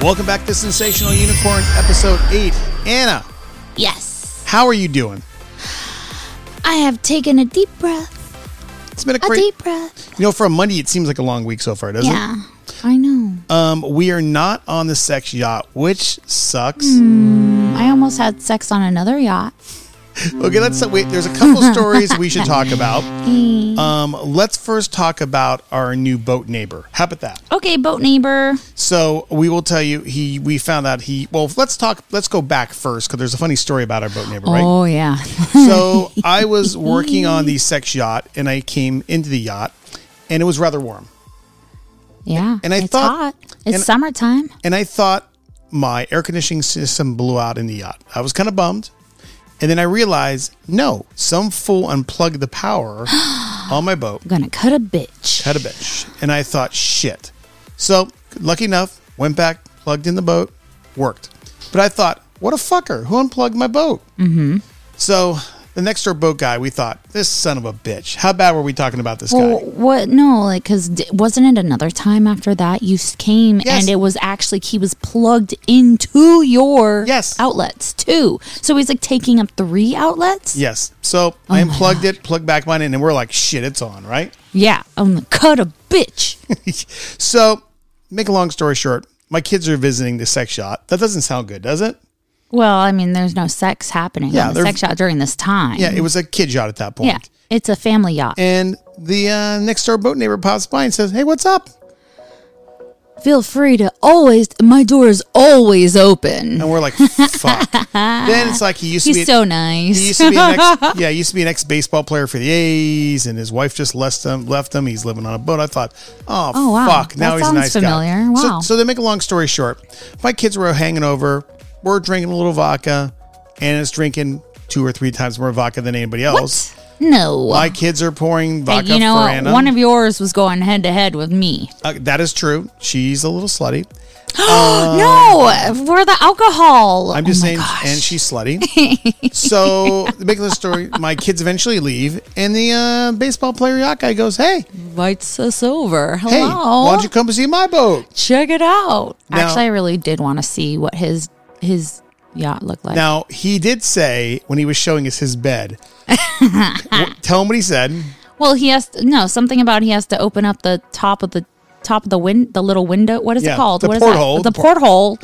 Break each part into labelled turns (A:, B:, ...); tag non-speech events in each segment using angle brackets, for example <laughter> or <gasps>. A: Welcome back to Sensational Unicorn, episode eight. Anna,
B: Yes.
A: how are you doing?
B: I have taken a deep breath.
A: It's been a
B: A
A: great,
B: deep breath.
A: you know, for a Monday, it seems like a long week so far, doesn't
B: Yeah. I know.
A: it? Um, we are not on the sex yacht, which sucks.
B: Mm. I almost had sex on another yacht.
A: Okay, let's wait. There's a
B: <laughs>
A: couple stories we should talk about. Um, let's first talk about our new boat neighbor. How about that?
B: Okay, boat neighbor.
A: So we will tell you he. We found out he. Well, let's talk. Let's go back first because there's a funny story about our boat neighbor, right?
B: Oh yeah. <laughs>
A: So I was working on the sex yacht, and I came into the yacht, and it was rather warm.
B: yeah.
A: And I
B: it's
A: thought-
B: hot. It's
A: and-
B: summertime.
A: and I thought my air conditioning system blew out in the yacht. I was kind of bummed. And then I realized, no, some fool unplugged the power on my boat,
B: I'm gonna cut a bitch.
A: had a bitch. And I thought, shit. So, lucky enough, went back, plugged in the boat, worked. But I thought, what a fucker, who unplugged my boat? Mm-hmm. So, the next door boat guy, we thought, this son of a bitch. How bad were we talking about this
B: Well,
A: guy?
B: what? No, like, cause d- wasn't it another time after that you s- came
A: Yes.
B: and it was actually he was plugged into your
A: Yes.
B: outlets too. So he's like taking up three outlets.
A: Yes. So, I unplugged it, plugged back mine in, and we're like, shit, it's on, right?
B: Yeah, I'm gonna cut a bitch.
A: So, make a long story short, my kids are visiting the sex shop. That doesn't sound good, does it?
B: Well, I mean, there's no sex happening
A: Yeah,
B: on the
A: there's-
B: sex yacht during this time.
A: Yeah, it was a kid yacht at that point.
B: Mm-hmm. Yeah, it's a family yacht.
A: And the uh, next door boat neighbor pops by and says, "Hey, what's up?"
B: Feel free to always. My door is always open.
A: And we're
B: <laughs>
A: like, "Fuck." then it's like he used to be.
B: He's so
A: he
B: nice.
A: used to be an ex, <laughs> yeah, he used to be an ex baseball player for the A's, and his wife just left him. Left him. He's living on a boat. I thought, oh,
B: Oh, wow.
A: fuck,
B: That
A: now he's a
B: sounds
A: nice guy.
B: familiar. Wow.
A: So, so to make a long story short, my kids were hanging over. We're drinking a little vodka, and it's drinking two or three times more vodka than anybody else.
B: No.
A: My kids are pouring
B: But
A: vodka
B: you know
A: for
B: what?
A: Anna.
B: One of yours was going head to head with me.
A: Uh, that is true. She's a little slutty.
B: <gasps> no, we're the alcohol.
A: Uh, I'm just
B: Oh my
A: saying,
B: gosh.
A: and she's slutty.
B: <laughs>
A: so, to make the story, my kids eventually leave, and the uh, baseball player yacht guy goes, "Hey,
B: invites us over. Hello.
A: hey, why don't you come see my boat?"
B: Check it out.
A: Now-
B: Actually, I really did want to see what his his yacht looked like.
A: Now, he did say when he was showing us his
B: <laughs>
A: bed, w- tell him what he said.
B: Well, he has to, no something about he has to open up the top of the top of the win the little window. What is
A: Yeah,
B: it called?
A: the
B: What is
A: porthole.
B: that?
A: The
B: The
A: por-
B: porthole,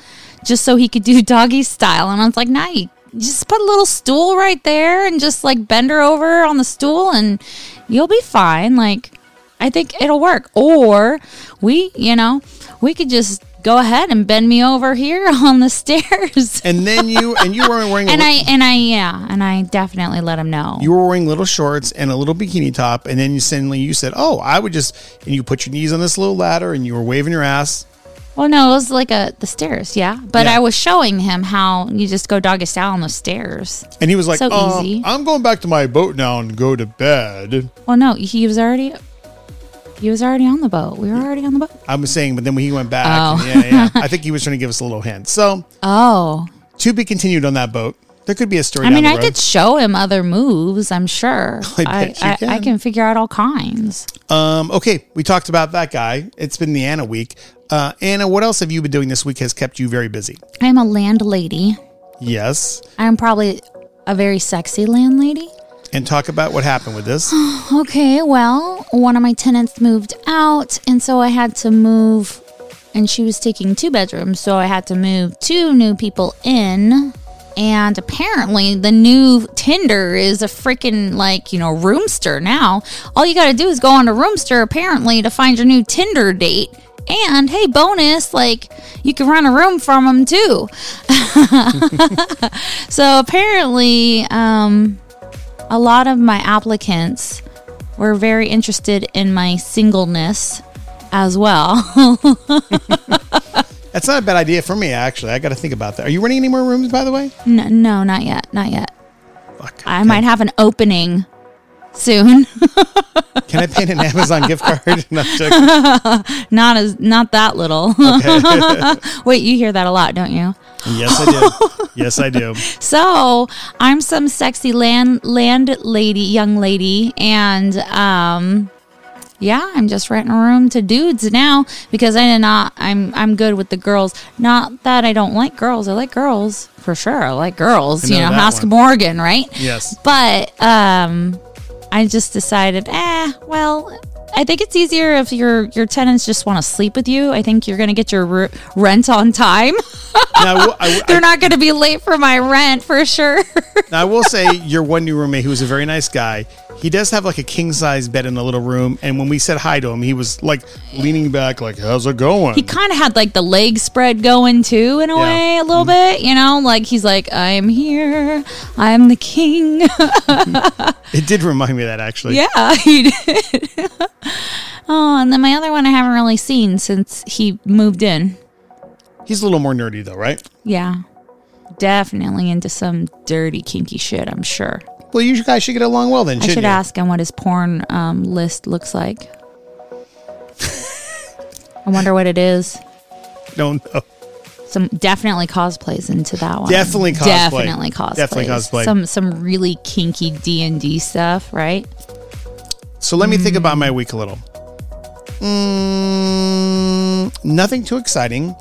B: just so he could do <laughs> doggy style. And I was like, nah, you just put a little stool right there and just like bend her over on the stool, and you'll be fine. Like, I think it'll work. Or we, you know, we could just go ahead and bend me over here <laughs> on the stairs.
A: <laughs> And then you and you were wearing a
B: <laughs> And
A: li-
B: I and I yeah, and I definitely let him know.
A: you were wearing little shorts and a little bikini top, and then you suddenly you said, "Oh, I would just," and you put your knees on this little ladder, and you were waving your ass.
B: Well, no, it was like a the stairs, yeah. But
A: Yeah.
B: I was showing him how you just go doggy style on the stairs.
A: And he was like,
B: So
A: um,
B: easy.
A: I'm going back to my boat now and go to bed.
B: Well, no, he was already he was already on the boat. We were already on the boat.
A: I was saying, but then when he went back,
B: Oh.
A: yeah, yeah. I think he was trying to give us a little hint. So
B: Oh,
A: to be continued on that boat. There could be a story.
B: <laughs> I
A: down
B: mean,
A: the
B: I
A: road.
B: could show him other moves. I'm sure.
A: <laughs> I bet
B: I,
A: you
B: I, I
A: can.
B: can figure out all kinds.
A: Um, okay, we talked about that guy. It's been the Anna week. Uh, Anna, what else have you been doing this week? Has kept you very busy?
B: I am a landlady.
A: Yes,
B: I'm probably a very sexy landlady.
A: and talk about what happened with <gasps> this.
B: Okay, well, one of my tenants moved out, and so I had to move, and she was taking two bedrooms, so I had to move two new people in. And apparently, the new Tinder is a freaking like you know Roomster now. All you got to do is go on to Roomster apparently to find your new Tinder date. And hey, bonus, like you can rent a room from them too. <laughs> so apparently, um, a lot of my applicants were very interested in my singleness as well. <laughs>
A: That's not a bad idea for me, actually. I got to think about that. Are you renting any more rooms, by the way?
B: no, no, not yet. Not yet.
A: Fuck.
B: I might have an opening soon. <laughs>
A: Can I pay an Amazon gift <laughs> card? No, I'm joking.
B: not as not that little. <laughs> Wait, you hear that a lot, don't you?
A: yes, I do. Yes, I do.
B: So I'm some sexy land land lady, young lady, and um, Yeah, I'm just renting a room to dudes now because I did not. I'm I'm good with the girls. Not that I don't like girls. I like girls for sure. I like girls.
A: I
B: You
A: know
B: know,
A: that
B: Hosk
A: one.
B: Morgan, right?
A: Yes.
B: But um, I just decided, eh, well, I think it's easier if your your tenants just want to sleep with you. I think you're going to get your re- rent on time. <laughs>
A: Now, I will- I, will-
B: They're not going to be late for my rent for sure. <laughs>
A: now, I will <laughs> say your one new roommate, who was a very nice guy, he does have like a king size bed in the little room. And when we said hi to him, he was like leaning back, like, how's it going?
B: he kind of had like the leg spread going too in a
A: Yeah.
B: way a little bit, you know, like he's like I'm here. I'm the king. <laughs>
A: it did remind me of that actually.
B: Yeah, he did. <laughs> oh, and then my other one I haven't really seen since he moved in.
A: He's a little more nerdy though, right?
B: Yeah. Definitely into some dirty kinky shit, I'm sure.
A: Well, you guys should get along well then,
B: I
A: shouldn't
B: should
A: you?
B: ask him what his porn um, list looks like. I wonder what it is.
A: Don't know.
B: Some definitely cosplays into that one.
A: Definitely cosplay.
B: Definitely cosplays.
A: Definitely cosplay.
B: Some some really kinky D and D stuff, right?
A: So let me think about my week a little. Mm, nothing too exciting.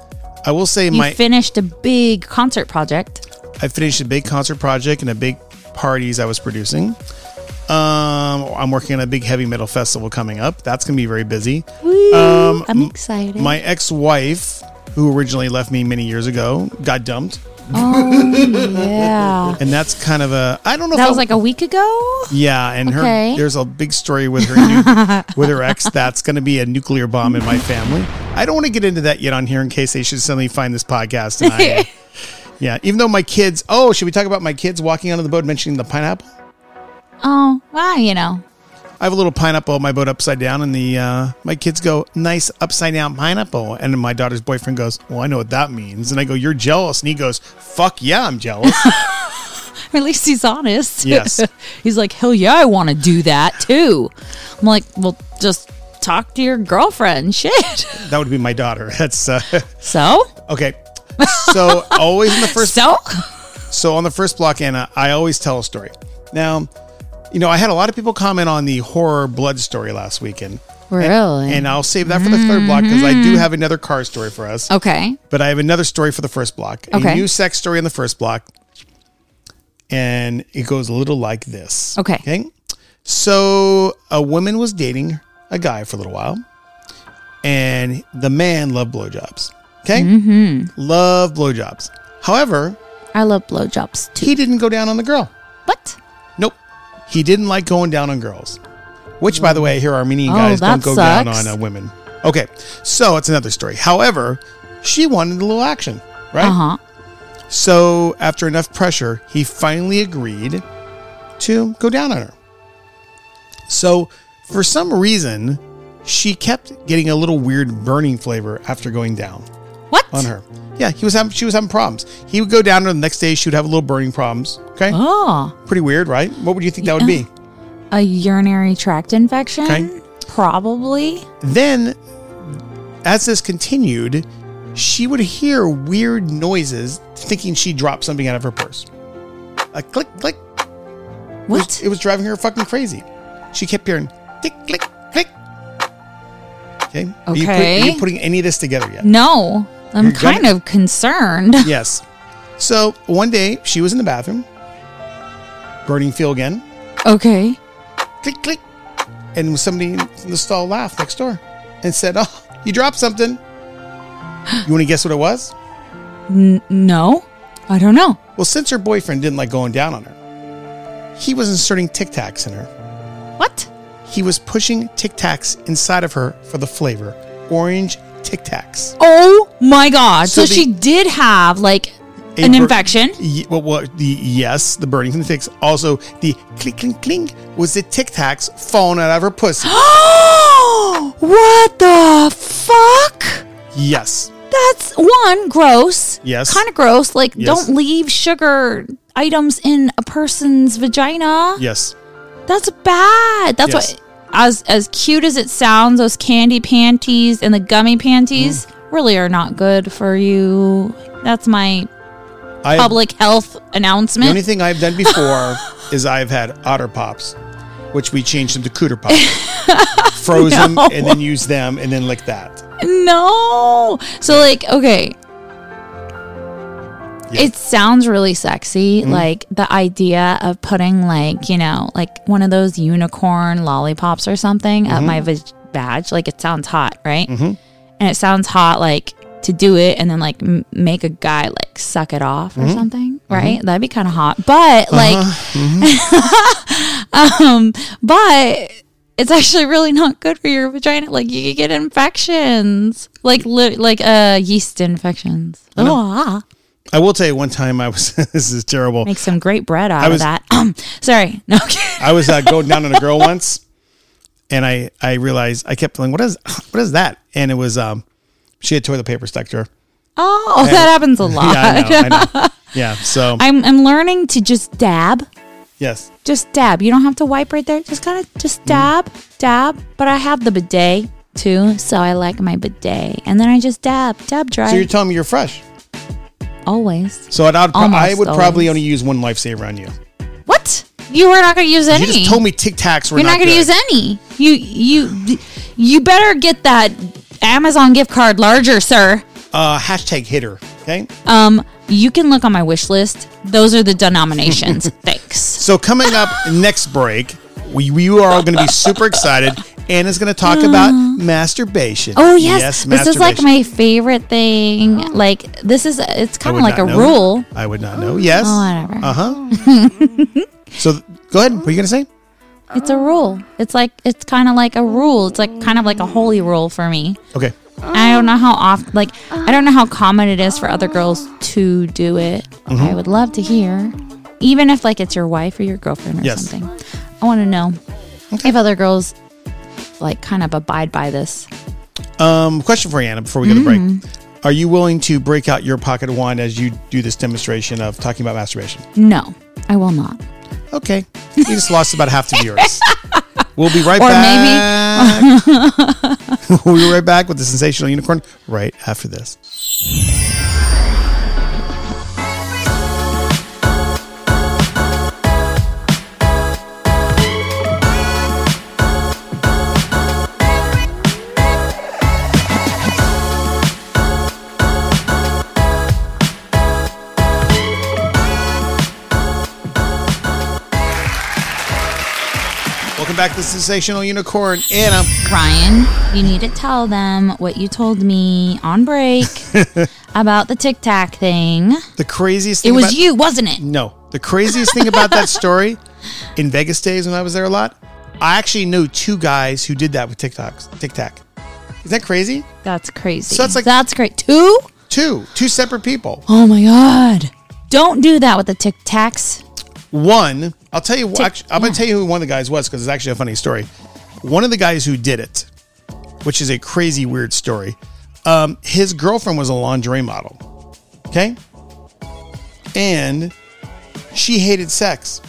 A: I will say
B: You
A: my
B: finished a big concert project.
A: I finished a big concert project and a big parties I was producing. Um, I'm working on a big heavy metal festival coming up. That's going to be very busy.
B: Woo,
A: Um,
B: I'm
A: m-
B: excited.
A: My ex-wife, who originally left me many years ago, got dumped,
B: yeah,
A: and that's kind of a I don't know.
B: that
A: if
B: was
A: I-
B: like a week ago.
A: yeah, and
B: Okay.
A: her there's a big story with her
B: <laughs>
A: new, with her ex. That's going to be a nuclear bomb in my family. I don't want to get into that yet on here in case they should suddenly find this podcast. And I,
B: <laughs>
A: uh, yeah, even though my kids. Oh, should we talk about my kids walking onto the boat, and mentioning the pineapple?
B: Oh, well, you know, <laughs>
A: I have a little pineapple on my boat upside down, and the uh, my kids go, "Nice upside down pineapple." And then my daughter's boyfriend goes, "Well, I know what that means." And I go, "You're jealous," and he goes, "Fuck yeah, I'm
B: <laughs>
A: jealous."
B: Or at least he's honest.
A: Yes.
B: <laughs> he's like, hell yeah, I want to do that too. I'm like, well, just talk to your girlfriend. <laughs> Shit.
A: that would be my daughter. That's uh, <laughs>
B: So,
A: okay. So always in
B: <laughs>
A: the first.
B: so
A: So on the first block, Anna, I always tell a story. Now, you know, I had a lot of people comment on the horror blood story last weekend.
B: really
A: And I'll save that for the third block because I do have another car story for us.
B: Mm-hmm. okay.
A: But I have another story for the first block. A
B: Okay.
A: new sex story in the first block. And it goes a little like this.
B: Okay.
A: Okay. So a woman was dating a guy for a little while. And the man loved blowjobs. Okay. Mm-hmm. Love blowjobs. However,
B: I love blowjobs too.
A: he didn't go down on the girl.
B: What?
A: Nope. He didn't like going down on girls. Which, by the way, here Armenian
B: Oh,
A: guys
B: that
A: don't go down
B: sucks.
A: on uh, women. Okay. So it's another story. However, she wanted a little action, right?
B: Uh huh.
A: So, after enough pressure, he finally agreed to go down on her. So, for some reason, she kept getting a little weird burning flavor after going down
B: What?
A: on her. Yeah, he was having, she was having problems. He would go down to her the next day, she would have a little burning problems. Okay.
B: Oh,
A: Pretty weird, right? What would you think that would be?
B: a urinary tract infection?
A: Okay.
B: Probably.
A: Then, as this continued, she would hear weird noises, thinking she dropped something out of her purse. A click, click,
B: What?
A: It was driving her fucking crazy. She kept hearing click, click, click. Okay. Are you, put- are you
B: Okay.
A: putting any of this together yet?
B: no. I'm
A: You're gonna-
B: kind of concerned. <laughs>
A: yes. So one day she was in the bathroom, burning feel again,
B: Okay.
A: click, click. And somebody in the stall laughed next door and said, Oh, you dropped something. You want to guess what it was?
B: N- no. I don't know.
A: Well, since her boyfriend didn't like going down on her, he was inserting tic tacs in her.
B: What?
A: He was pushing Tic Tacs inside of her for the flavor. Orange Tic Tacs.
B: Oh my god.
A: So
B: So,
A: the-
B: she did have like
A: A
B: an
A: bur-
B: infection.
A: Ye- well, well, the yes, the burning from the ticks. Also, the clink, clink, clink was the Tic Tacs falling out of her pussy.
B: <gasps> what the fuck?
A: yes.
B: That's one gross.
A: Yes.
B: Kind of gross. Like
A: Yes.
B: don't leave sugar items in a person's vagina.
A: Yes.
B: That's bad. That's
A: Yes.
B: what as as cute as it sounds, those candy panties and the gummy panties
A: Mm.
B: really are not good for you. That's my
A: I
B: public health
A: the
B: announcement.
A: only <laughs>
B: <laughs>
A: thing I've done before is I've had Otter Pops, which we changed them to Cooter Pops. frozen,
B: No.
A: and then use them, and then lick that.
B: No. So like, okay. It sounds really sexy, like the idea of putting like, you know, like one of those unicorn lollipops or something at my vag- badge. Like it sounds hot, right? And it sounds hot like to do it and then like m- make a guy like suck it off or something, right? That'd be kind of hot. But like <laughs> um but it's actually really not good for your vagina. Like you could get infections, like li- like uh yeast infections. Oh, ah.
A: I will tell you one time I was <laughs> this is terrible.
B: make some great bread out
A: was-
B: of that. Um, sorry, <laughs> no. okay.
A: I was uh, going down on a girl once, and I I realized I kept going. What is what is that? And it was um, she had toilet paper stuck to her.
B: Oh, that happens a lot.
A: <laughs> Yeah, I know.
B: <laughs>
A: I know. Yeah. So
B: I'm I'm learning to just dab,
A: yes,
B: just dab. You don't have to wipe right there. Just kind of
A: Mm.
B: just dab, dab. But I have the bidet too, so I like my bidet, and then I just dab, dab dry.
A: so you're telling me you're fresh.
B: Always.
A: So I'd, I'd pro- I
B: Almost
A: would probably
B: always.
A: only use one lifesaver on you.
B: What? You were not going to use any.
A: You just told me Tic Tacs were
B: You're not,
A: not
B: going
A: good.
B: to use any. You you you better get that Amazon gift card larger, sir.
A: Uh, hashtag hitter. Okay.
B: Um, you can look on my wish list. Those are
A: <laughs>
B: the denominations. Thanks.
A: So coming
B: <laughs>
A: up next break, we, we are all going to be super excited. Anna's going to talk about masturbation.
B: Oh yes, this is like
A: masturbation. Oh.
B: my favorite thing. Like this is it's
A: I
B: kind
A: would
B: of like a
A: not know.
B: rule.
A: I would not know. Yes.
B: Oh, whatever.
A: Uh huh. <laughs> so th- go ahead. What are you going to say?
B: It's
A: Uh.
B: a rule. It's like it's kind of like a rule. It's like kind of like a holy rule for me.
A: Okay.
B: I don't know how often, like, I don't know how common it is for other girls to do it.
A: Mm-hmm.
B: I would love to hear, even if like it's your wife or your girlfriend or
A: Yes.
B: something. I want to know if other girls like kind of abide by this.
A: Um, question for you, Anna before we go to
B: Mm-hmm.
A: break. Are you willing to break out your pocket of wine as you do this demonstration of talking about masturbation?
B: No, I will not.
A: Okay. You just lost about half the
B: <laughs>
A: viewers. We'll be right
B: Or
A: back. <laughs> we'll be right back with the sensational unicorn right after this. Welcome back to the sensational unicorn, Anna.
B: Ryan, you need to tell them what you told me
A: <laughs>
B: on break about the Tic Tac thing.
A: The craziest thing
B: It was
A: about-
B: you, wasn't it?
A: No. The craziest thing about that story in Vegas days when I was there a lot, I actually knew two guys who did that with TikToks. Tic Tac. Is that crazy?
B: That's crazy.
A: So it's like-
B: that's great. Two?
A: Two. Two separate people.
B: Oh my God. Don't do that with the Tic Tacs.
A: One, I'll tell you.
B: Tic-
A: Actually, I'm going
B: yeah.
A: to tell you who one of the guys was because it's actually a funny story. One of the guys who did it, which is a crazy weird story. Um, his girlfriend was a lingerie model. Okay, and she hated sex.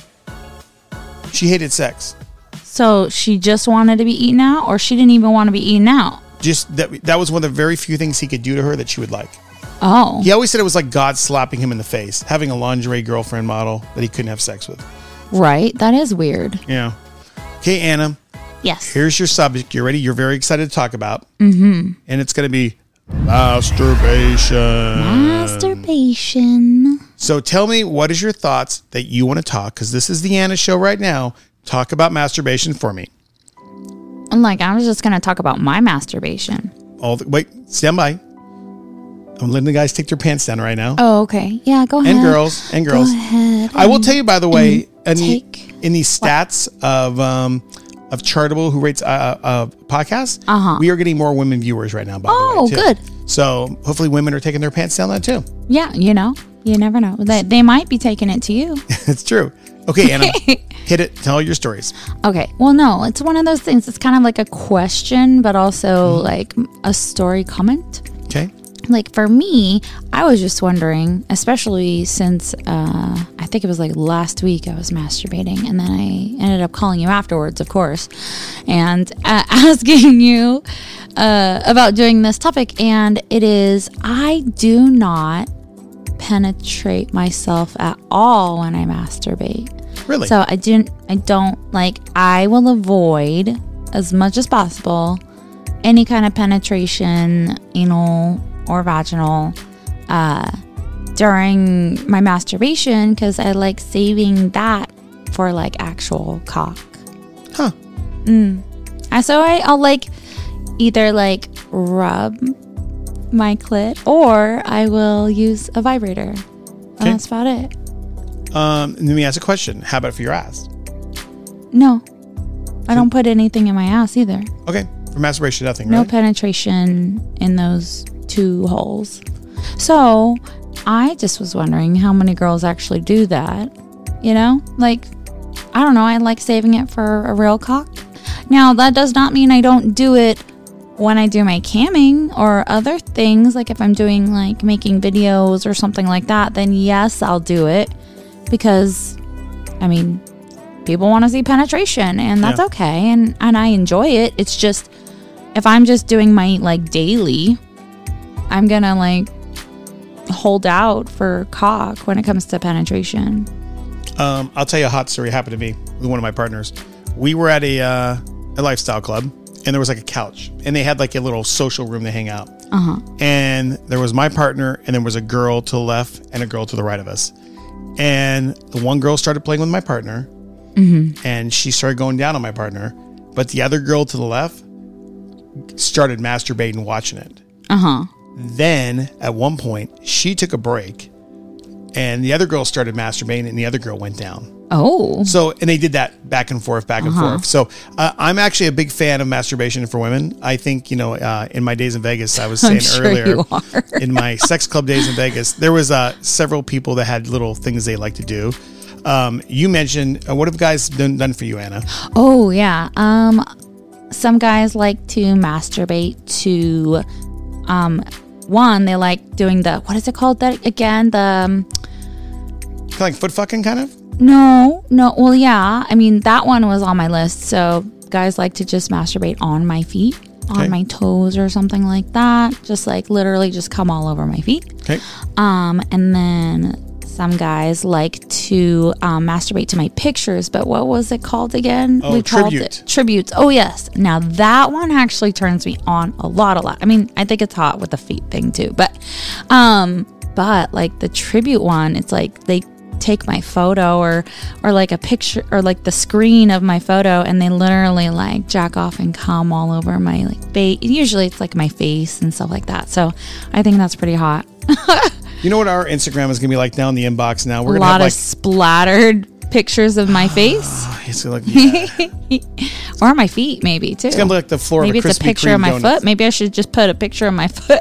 A: She hated sex.
B: So she just wanted to be eaten out, or she didn't even want to be eaten out.
A: Just that. That was one of the very few things he could do to her that she would like.
B: Oh,
A: He always said it was like God slapping him in the face, having a lingerie girlfriend model that he couldn't have sex with.
B: right. That is weird.
A: Yeah. Okay, Anna.
B: Yes.
A: here's your subject. You're ready. You're very excited to talk about. Mm-hmm. And it's going to be masturbation.
B: Masturbation.
A: So tell me, what is your thoughts that you want to talk? Because this is the Anna show right now. Talk about masturbation for me.
B: I'm like, I was just gonna talk about my masturbation.
A: All the, wait, stand by. I'm letting the guys take their pants down right now.
B: Oh, okay. Yeah, go ahead.
A: and girls and girls.
B: Go ahead.
A: I will tell you, by the way, in the,
B: take-
A: in the stats of um, of Chartable, who rates uh, uh, podcasts,
B: Uh-huh.
A: we are getting more women viewers right now. By
B: Oh,
A: the way, too.
B: good.
A: So hopefully, women are taking their pants down now too. <laughs>
B: Yeah, you know, you never know. They, they might be taking it
A: <laughs>
B: to you.
A: it's true. Okay,
B: <laughs>
A: Anna, hit it. Tell your stories.
B: Okay. Well, no, it's one of those things. It's kind of like a question, but also
A: Mm-hmm.
B: like a story comment.
A: Okay.
B: like for me i was just wondering especially since uh, i think it was like last week i was masturbating and then i ended up calling you afterwards of course and uh, <laughs> asking you uh, about doing this topic and it is i do not penetrate myself at all when i masturbate
A: Really?
B: so I didn't. I don't like. I will avoid as much as possible any kind of penetration, anal or vaginal, uh, during my masturbation because I like saving that for like actual cock.
A: Huh.
B: I- So I, I'll like either like rub my clit or I will use a vibrator.
A: Okay.
B: And that's about it.
A: Um, and let me ask a question. How about for your ass?
B: No, I don't put anything in my ass either.
A: Okay. For masturbation, nothing,
B: No
A: right?
B: penetration in those two holes. So I just was wondering how many girls actually do that. You know, like, I don't know. I like saving it for a real cock. Now, that does not mean I don't do it when I do my camming or other things. Like, if I'm doing like making videos or something like that, then yes, I'll do it because, I mean, people want to see penetration and that's
A: Yeah.
B: okay. And, and I enjoy it. It's just, if I'm just doing my like daily, I'm gonna like hold out for cock when it comes to penetration.
A: Um, I'll tell you a hot story happened to me with one of my partners. We were at a uh, a lifestyle club, and there was like a couch, and they had like a little social room to hang out. Uh-huh. And there was my partner, and there was a girl to the left and a girl to the right of us. And the one girl started playing with my partner, and she started going down on my partner, but the other girl to the left started masturbating, watching it.
B: Uh huh.
A: Then at one point, she took a break, and the other girl started masturbating, and the other girl went down.
B: Oh,
A: So, and they did that back and forth, back and
B: Uh-huh.
A: forth. So, uh, I'm actually a big fan of masturbation for women. I think, you know, uh, in my days in Vegas, I was saying
B: <laughs> I'm sure
A: earlier,
B: you are.
A: <laughs> in my sex club days in Vegas, there was uh, several people that had little things they like to do. Um, you mentioned, uh, what have guys done, done for you, Anna?
B: oh yeah. Um, some guys like to masturbate to, um, one they like doing the what is it called that again the. Um,
A: Kind of like foot fucking, kind of?
B: No, no. Well, yeah. I mean, that one was on my list. So guys like to just masturbate on my feet, on
A: Okay.
B: my toes, or something like that. Just like literally just come all over my feet.
A: Okay.
B: Um, and then some guys like to um, masturbate to my pictures. But what was it called again?
A: Oh,
B: called
A: tribute.
B: it tributes. Oh yes. Now that one actually turns me on a lot, a lot. I mean, I think it's hot with the feet thing too, but um, but like the tribute one, it's like they take my photo or or like a picture or like the screen of my photo and they literally like jack off and come all over my like face. Usually it's like my face and stuff like that. So I think that's pretty hot.
A: You know what our Instagram is going to be like down in the inbox now? We're
B: A
A: going to have
B: lot of
A: like,
B: splattered pictures
A: <gasps>
B: of my face
A: <laughs> it's gonna look- yeah.
B: <laughs>
A: It's
B: or my feet maybe too.
A: gonna be like the floor
B: Maybe
A: of
B: it's a
A: Krispy
B: picture
A: Kreme
B: of my
A: donut.
B: foot. Maybe I should just put a picture of my <laughs> foot.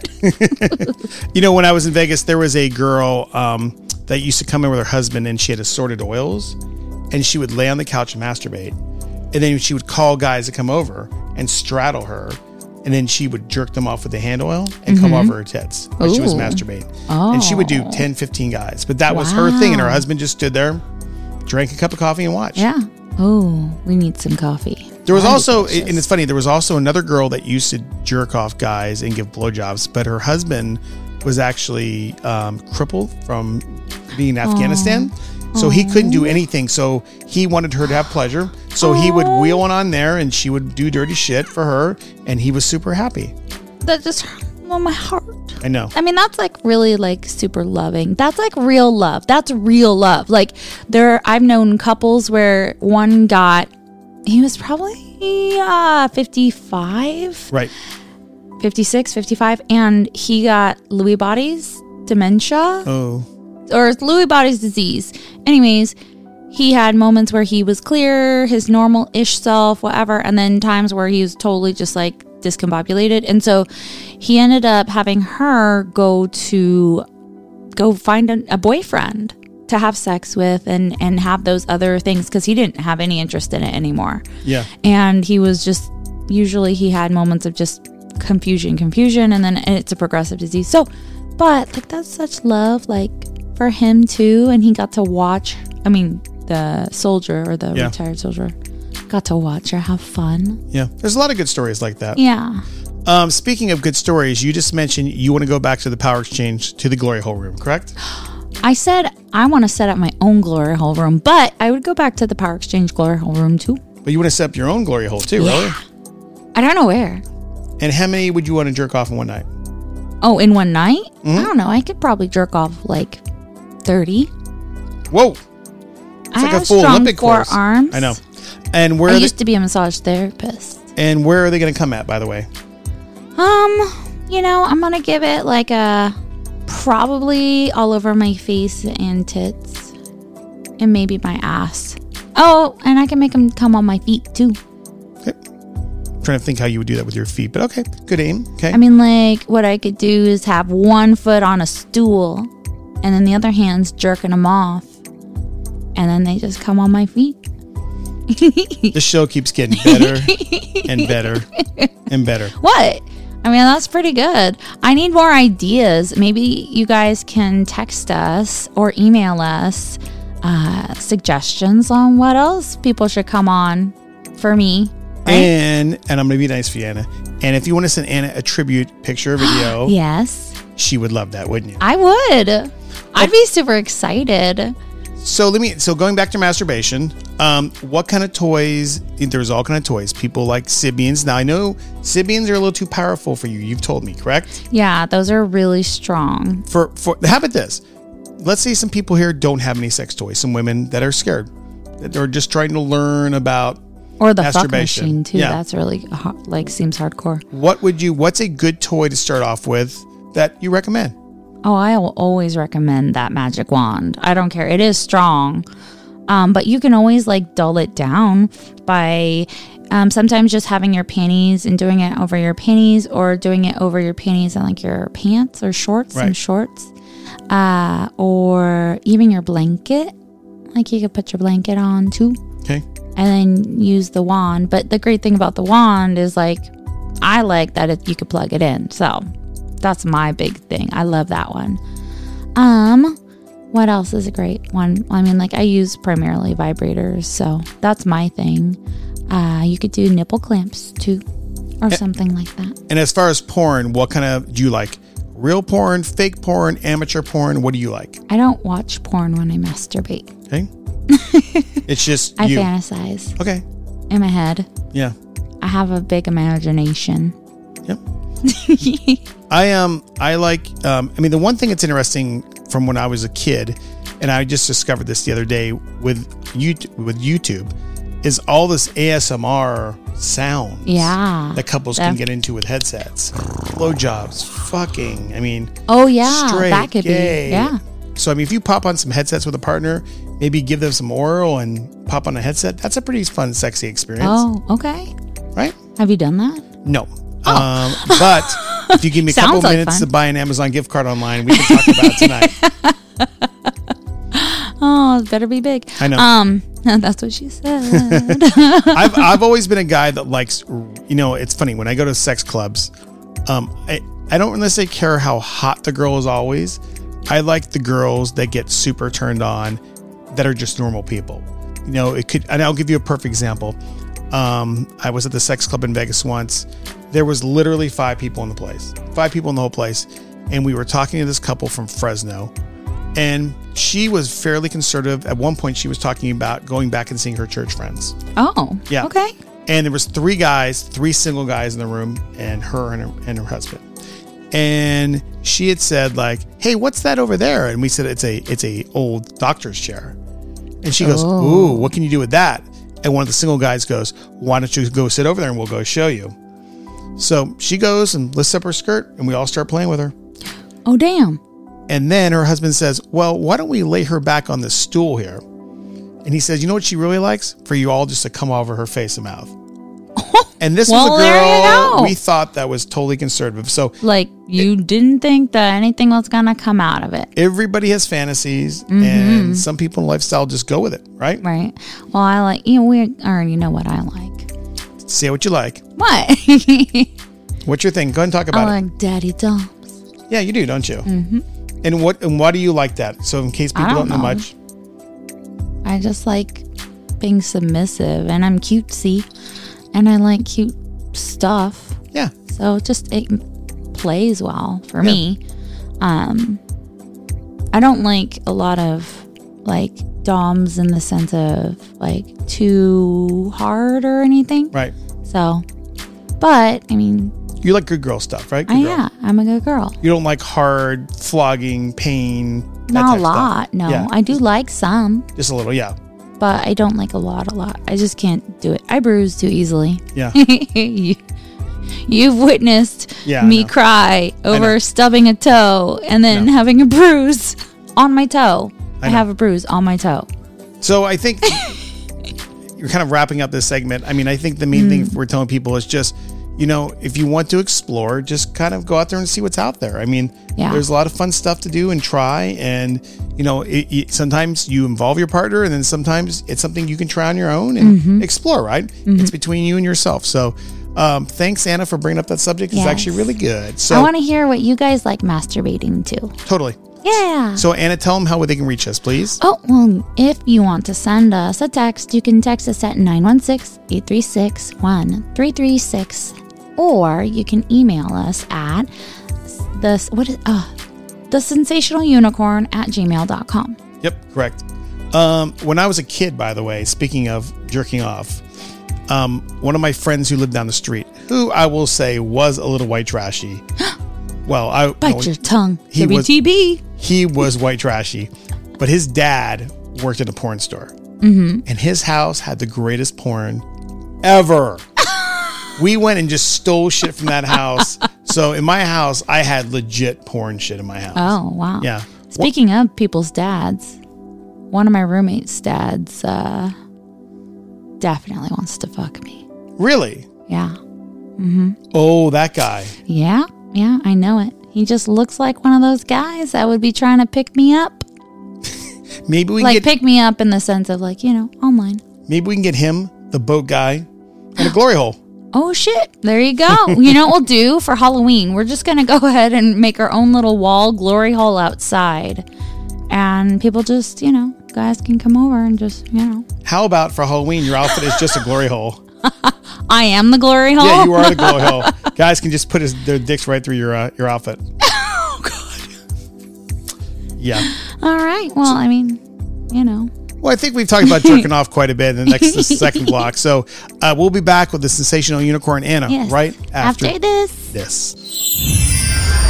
A: You know, when I was in Vegas, there was a girl um, that used to come in with her husband, and she had assorted oils, and she would lay on the couch and masturbate, and then she would call guys to come over and straddle her, and then she would jerk them off with the hand oil and come over her tits when she was
B: Mm-hmm. Ooh. Oh.
A: masturbating, and she would do 10, 15 guys, but that was her thing, and her
B: Wow.
A: husband just stood there, drank a cup of coffee, and watched.
B: yeah. Oh, we need some coffee.
A: There was
B: That'd be
A: also,
B: delicious.
A: and it's funny, there was also another girl that used to jerk off guys and give blowjobs, but her husband was actually um, crippled from being in Afghanistan. So he couldn't do anything. So he wanted her to have pleasure. So he would
B: Aw.
A: wheel one on there and she would do dirty shit for her. And he was super happy.
B: that just well my heart.
A: I know.
B: I mean, that's like really like super loving. That's like real love. That's real love. Like there, I've known couples where one got he was probably uh, 55
A: Right.
B: 56 55 and he got lewy body's dementia
A: Oh,
B: or it's Lewy body's disease. Anyways, he had moments where he was clear, his normal ish self, whatever, and then times where he was totally just like discombobulated. And so he ended up having her go to go find an, a boyfriend to have sex with and and have those other things because he didn't have any interest in it anymore
A: yeah.
B: and he was just usually he had moments of just confusion confusion and then it's a progressive disease so but like that's such love like for him too and he got to watch i mean the soldier or the
A: Yeah.
B: retired soldier got to watch her have fun
A: Yeah. There's a lot of good stories like that.
B: yeah
A: Um, speaking of good stories, you just mentioned you want to go back to the power exchange to the glory hole room, correct?
B: i said i want to set up my own glory hole room but i would go back to the power exchange glory hole room too
A: But you want to set up your own glory hole too, really?
B: I don't know where.
A: And how many would you want to jerk off in one night?
B: Oh, in one night?
A: Mm-hmm.
B: I don't know. I could probably jerk off like 30.
A: Whoa.
B: I
A: It's like
B: have
A: a full
B: strong
A: Olympic course.
B: forearms.
A: I know. And where
B: I
A: are they,
B: used to be a massage therapist.
A: and where are they going to come at? By the way,
B: Um, you know, I'm gonna give it like a probably all over my face and tits, and maybe my ass. Oh, and I can make them come on my feet too.
A: I'm trying to think how you would do that with your feet, but okay, good aim. Okay,
B: I mean, like what I could do is have one foot on a stool, and then the other hand's jerking them off, and then they just come on my feet.
A: the show keeps
B: <laughs>
A: getting better and better and better.
B: What? I mean, that's pretty good. I need more ideas. Maybe you guys can text us or email us uh, suggestions on what else people should come on for me. <laughs> Right?
A: And and I'm going to be nice for you, Anna. And if you want to send Anna a tribute
B: <gasps>
A: picture or video,
B: yes,
A: she would love that, wouldn't you?
B: I would. I'd be super excited.
A: So let me. So going back to masturbation, um, what kind of toys? There's all kind of toys. People like Sibians. Now I know Sibians are a little too powerful for you. You've told me, correct?
B: Yeah, those are really strong.
A: For for how about this? Let's say some people here don't have any sex toys. Some women that are scared, that are just trying to learn about
B: Or the fuck
A: Masturbation.
B: machine too.
A: Yeah.
B: That's really ho- like seems hardcore.
A: what would you. What's a good toy to start off with that you recommend?
B: Oh, I will always recommend that magic wand. I don't care. It is strong. Um, but you can always like dull it down by um, sometimes just having your panties and doing it over your panties or doing it over your panties and like your pants or shorts, some
A: Right.
B: shorts, uh, or even your blanket. Like you could put your blanket on too
A: Okay.
B: and then use the wand. But the great thing about the wand is like, I like that it, you could plug it in. So that's my big thing. I love that one. Um, what else is a great one? I mean, like I use primarily vibrators, so that's my thing. Uh, you could do nipple clamps too, or
A: Eh.
B: something like that.
A: And as far as porn, what kind of do you like? Real porn, fake porn, amateur porn. What do you like?
B: I don't watch porn when I masturbate.
A: Okay. it's just
B: I
A: you.
B: fantasize
A: Okay.
B: in my head.
A: Yeah.
B: I have a big imagination. <laughs>
A: Yep. I um I like um I mean the one thing that's interesting from when I was a kid, and I just discovered this the other day with you with YouTube, is all this ASMR sounds.
B: Yeah.
A: That couples
B: Yeah.
A: can get into with headsets, blowjobs, fucking. I mean,
B: Oh yeah,
A: straight,
B: that could
A: gay.
B: be. Yeah.
A: So I mean, if you pop on some headsets with a partner, maybe give them some oral and pop on a headset. That's a pretty fun, sexy experience,
B: Oh, okay.
A: right?
B: Have you done that?
A: No. Um, but if you
B: <laughs>
A: give me a couple
B: Oh. Sounds like
A: minutes
B: fun.
A: to buy an Amazon gift card online, we can talk about it
B: <laughs>
A: tonight.
B: Oh, it better be big.
A: I know.
B: Um, <laughs> that's what she said.
A: <laughs> I've, I've always been a guy that likes, you know, it's funny when I go to sex clubs, um, I, I don't necessarily care how hot the girl is always. I like the girls that get super turned on that are just normal people. You know, it could, and I'll give you a perfect example. Um, I was at the sex club in Vegas once. There was literally five people in the place, five people in the whole place. And we were talking to this couple from Fresno. And she was fairly conservative. At one point, she was talking about going back and seeing her church friends.
B: <laughs> oh,
A: Yeah.
B: Okay.
A: And there was three guys, three single guys in the room, and her and her, and her husband. And she had said like, "Hey, what's that over there?" And we said, "It's a it's a old doctor's chair." And she goes,
B: Oh.
A: "Ooh, what can you do with that?" And one of the single guys goes, "Why don't you go sit over there and we'll go show you?" So she goes and lifts up her skirt, and we all start playing with her.
B: Oh, damn.
A: And then her husband says, Well, why don't we lay her back on this stool here? And he says, You know what she really likes? For you all just to come over her face and
B: <laughs>
A: mouth. and this
B: Well,
A: was a
B: there you
A: girl
B: go.
A: we thought that was totally conservative. So
B: Like you didn't think that anything was gonna come out of it,
A: everybody has fantasies,
B: Mm-hmm.
A: and some people in lifestyle just go with it, right?
B: right? Well, I like you. Know, we already know what I like.
A: Say what you like.
B: What? <laughs>
A: What's your thing? Go ahead and talk
B: I
A: about
B: like daddy dumb.
A: it. Yeah, you do, don't you? Mm-hmm. And what and why do you like that? So in case people
B: don't
A: don't, know
B: know.
A: much,
B: I just like being submissive, and I'm cutesy, and I like cute stuff.
A: yeah.
B: So it just it plays well for me. Um I don't like a lot of like DOMs in the sense of like too hard or anything.
A: Right.
B: So But I mean,
A: You like good girl stuff, right? Good
B: I,
A: girl.
B: Uh, yeah, I'm a good girl.
A: You don't like hard flogging, pain. that
B: Not
A: type
B: a
A: of
B: lot,
A: stuff.
B: no.
A: Yeah,
B: I do like some,
A: just a little. Yeah,
B: but I don't like a lot, a lot. I just can't do it. I bruise too easily.
A: yeah.
B: <laughs> you, <laughs> have witnessed
A: Yeah, I
B: me
A: know.
B: cry
A: know.
B: over stubbing a toe and then having a bruise on my toe. I,
A: know.
B: have a bruise on my toe.
A: So I think <laughs> you're kind of wrapping up this segment. I mean, I think the main thing
B: Mm.
A: we're telling people is just, you know, if you want to explore, just kind of go out there and see what's out there. I mean,
B: Yeah.
A: there's a lot of fun stuff to do and try. And, you know, it, it- sometimes you involve your partner and then sometimes it's something you can try on your own and
B: Mm-hmm.
A: explore, right? It's between you and yourself. So um, thanks, Anna, for bringing up that subject. It's
B: Yes.
A: actually really good.
B: I
A: So
B: want to hear what you guys like masturbating to.
A: totally.
B: Yeah.
A: So, Anna, tell them how they can reach us, please.
B: Oh, well, if you want to send us a text, you can text us at 916 836 1336, or you can email us at this, what is, uh, the sensational unicorn at gmail.com.
A: Yep, correct. Um, when I was a kid, by the way, speaking of jerking off, um, one of my friends who lived down the street, who I will say was a little white
B: <gasps>
A: trashy. well, I
B: Bite
A: no,
B: your tongue.
A: Oh, he was-
B: WTB.
A: he was white trashy, but his dad worked at a porn store,
B: Mm-hmm.
A: and his house had the greatest porn
B: <laughs>
A: ever. we went and just stole shit from that
B: <laughs>
A: house. so in my house, I had legit porn shit in my house.
B: Oh, wow.
A: Yeah.
B: Speaking of people's dads, one of my roommate's dads uh, definitely wants to fuck me.
A: Really?
B: Yeah.
A: Oh, that guy.
B: Yeah, yeah, I know it. He just looks like one of those guys that would be trying to pick me up.
A: Maybe we can
B: Like,
A: get
B: pick me up in the sense of, like, you know, online.
A: Maybe we can get him, the boat guy, and a glory hole.
B: Oh, shit. There
A: <laughs>
B: you go. you know what we'll do for Halloween? We're just going to go ahead and make our own little wall glory hole outside. And people just, you know, guys can come over and just, you know.
A: How about for Halloween, your outfit is just a glory hole?
B: I am the glory hole.
A: Yeah, you are the glory hole. Guys can just put his, their dicks right through your uh, your outfit.
B: Oh, God.
A: Yeah.
B: All right. Well, I mean, you know.
A: Well, I think we've talked about jerking off quite a bit in the next the second block. So uh, we'll be back with the sensational unicorn Anna
B: Yes.
A: right
B: After,
A: after,
B: this.
A: this.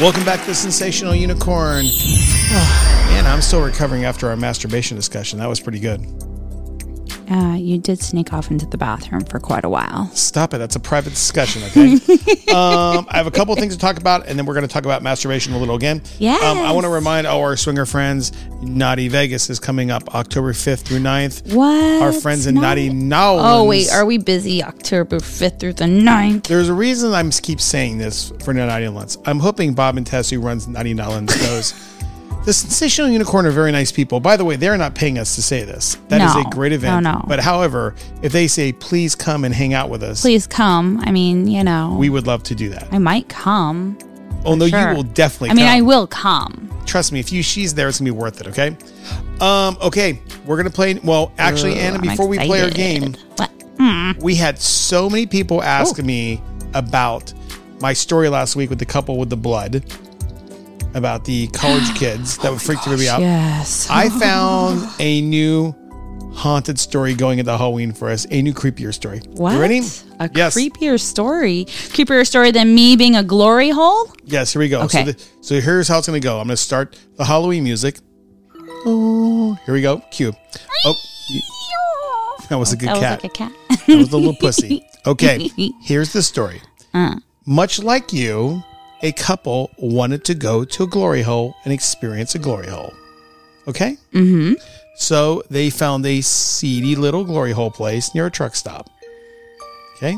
A: Welcome back to the sensational unicorn. Oh, man, I'm still recovering after our masturbation discussion. That was pretty good.
C: Uh, you did sneak off into the bathroom for quite a while.
A: Stop it. That's a private discussion,
C: <laughs>
A: okay? um, I have a couple things to talk about, and then we're going to talk about masturbation a little again.
C: Yes.
A: Um, I want to remind all our swinger friends, Naughty Vegas is coming up October 5th through 9th.
C: What?
A: Our friends in
C: No.
A: Naughty Now.
C: Oh, wait. Are we busy October 5th through the 9th?
A: There's a reason I'm s- keep saying this for Naughty Nuts. I'm hoping Bob and Tess, who runs Naughty Nuts,
C: <laughs>
A: goes. The Sensational Unicorn are very nice people. By the way, they're not paying us to say this. That is
C: No.
A: a great event.
C: No, no.
A: But however, if they say please come and hang out with us,
C: Please come. I mean, you know,
A: we would love to do that.
C: I might come.
A: Oh no,
C: Sure.
A: you will definitely.
C: I mean,
A: come.
C: I will come.
A: trust me, if you she's there, it's gonna be worth it. Okay. Um. Okay, we're gonna play. Well, actually,
C: Ooh,
A: Anna,
C: I'm
A: before we play our game,
C: excited. What?
A: we had so many people ask me about my story last week with the couple with the blood, about the
C: <gasps>
A: college kids
C: Oh
A: that would freak the baby out.
C: Yes. <laughs>
A: I found a new haunted story going into Halloween for us. A new creepier story. You
C: What?
A: ready?
C: A
A: yes.
C: creepier story. Creepier story than me being a glory hole?
A: Yes, here we go.
C: Okay.
A: So, the, so here's how it's going to go. I'm going to start the Halloween music. Oh, here we go. Cue. Oh, you- that was a good
B: That was
A: cat.
B: like a cat.
C: <laughs>
A: that was a little pussy. Okay, here's the story. Much like you, a couple wanted to go to a glory hole and experience a glory hole. Okay? Mm-hmm. So they found a seedy little glory hole place near a truck stop. Okay?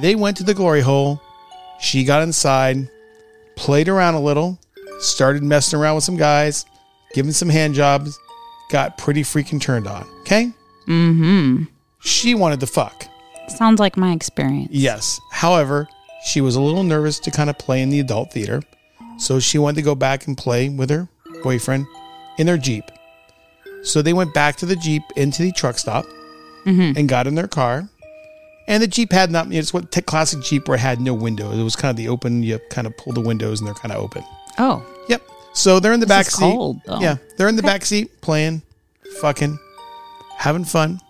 A: They went to the glory hole. She got inside, played around a little, started messing around with some guys, giving some hand jobs, got pretty freaking turned on. Okay?
C: Mm
A: She wanted to fuck.
C: hmm. Sounds like my experience.
A: Yes. However, she was a little nervous to kind of play in the adult theater. So she wanted to go back and play with her boyfriend in their Jeep. So they went back to the Jeep into the truck stop
B: Mm-hmm.
A: and got in their car. And the Jeep had not, it's what t- classic Jeep where it had no windows. It was kind of the open, you kind of pull the windows and they're kind of open.
B: Oh,
A: Yep. So they're in the
B: This
A: back
B: is
A: seat.
B: cold, though.
A: Yeah, they're in the back seat playing, fucking, having fun,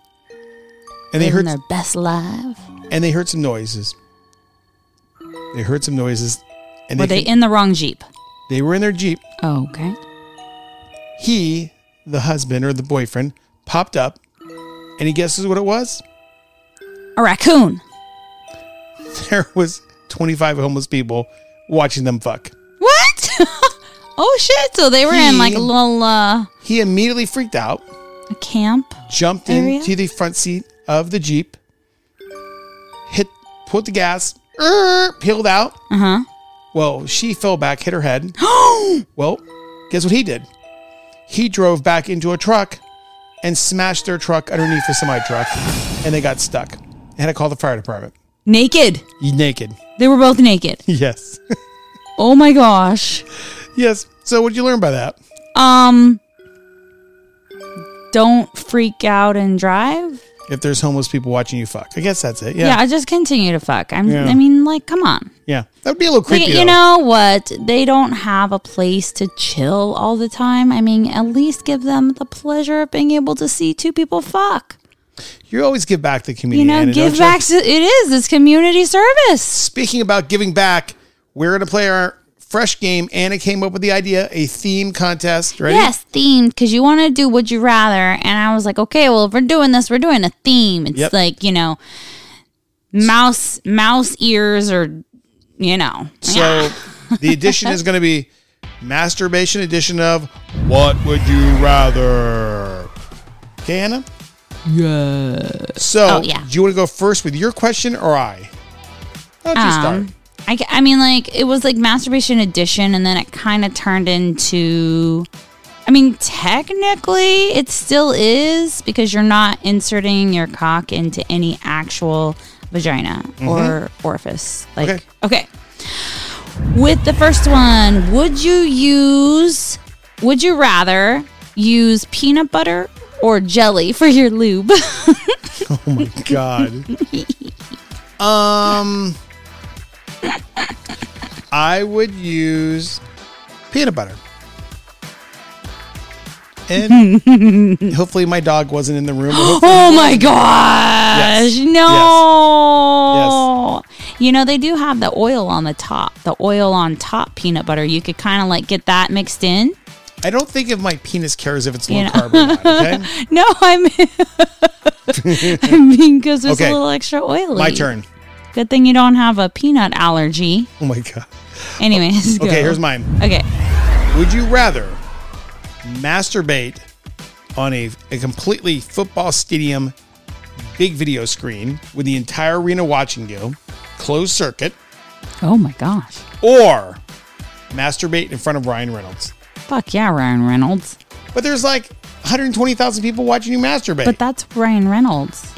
A: and they
D: Living
A: heard
D: their best life.
A: and they heard some noises. They heard some noises, and
B: were
A: they
B: they in the wrong Jeep?
A: they were in their jeep.
B: Oh, okay.
A: He, the husband or the boyfriend, popped up, and he guesses what it was. <laughs>
B: A raccoon.
A: There was twenty five homeless people watching them fuck.
B: What? <laughs> oh shit! So they were in like
A: He-
B: a little uh,
A: He immediately freaked out,
B: a <gasps> camp.
A: jumped
B: Area?
A: into the front seat of the jeep, hit, put the gas, <laughs> er, peeled out.
B: Uh
A: Well, she fell back, hit her head.
B: huh.
A: Well, guess what he did? He drove back into a truck and smashed their truck underneath the semi truck, and they got stuck. And had to call the fire department.
B: naked.
A: He naked. <laughs>
B: They were both naked.
A: Yes. <laughs>
B: Oh my gosh.
A: yes. So what'd you learn by that?
B: Um. Don't freak out and drive.
A: If there's homeless people watching you fuck. I guess that's it.
B: Yeah,
A: Yeah.
B: I just continue to fuck. I'm.
A: Yeah.
B: I mean, like, come on.
A: Yeah. That would be a little creepy.
B: Like, you
A: though.
B: know what? They don't have a place to chill all the time. I mean, at least give them the pleasure of being able to see two people fuck.
A: You always give back to the community.
B: You know,
A: Anna, don't
B: give
A: you?
B: back. To, it is it's community service.
A: Speaking about giving back, we're gonna play our fresh game. Anna came up with the idea, a theme contest. Ready?
D: Yes, themed because you want to do would you rather, and I was like, okay, well, if we're doing this, we're doing a theme. It's
A: Yep.
D: like you know, mouse mouse ears or you know,
A: So <laughs> the edition is going to be masturbation edition of What Would You Rather? Okay, Anna? Yeah. So
D: Oh, yeah.
A: do you want to go first with your question or I? Why don't you start?
B: Um, I, g- I mean, like, it was like masturbation edition, and then it kind of turned into. I mean, technically, it still is because you're not inserting your cock into any actual vagina or orifice. Like,
A: Mm-hmm. Okay.
B: okay. With the first one, would you use, would you rather use peanut butter or jelly for your lube? <laughs>
A: Oh my god. um I would use peanut butter. And hopefully my dog wasn't in the room. Hopefully-
B: Oh my gosh.
A: Yes.
B: No. You know, they do have the oil on the top, the oil on top peanut butter. You could kind of like get that mixed in. <laughs>
A: I don't think if my penis cares if it's low
B: You know.
A: carb or not.
B: <laughs>
A: Okay,
B: No, I'm, I mean, because there's
A: Okay.
B: a little extra oily.
A: my turn.
B: Good thing you don't have a peanut allergy.
A: Oh my god.
B: Anyways,
A: Okay,
B: go.
A: here's mine.
B: Okay.
A: Would you rather masturbate on a, a completely football stadium big video screen with the entire arena watching you, closed circuit,
B: Oh my gosh.
A: or masturbate in front of Ryan Reynolds?
B: Fuck yeah, Ryan Reynolds.
A: But there's like 120,000 people watching you masturbate.
B: But that's Ryan Reynolds.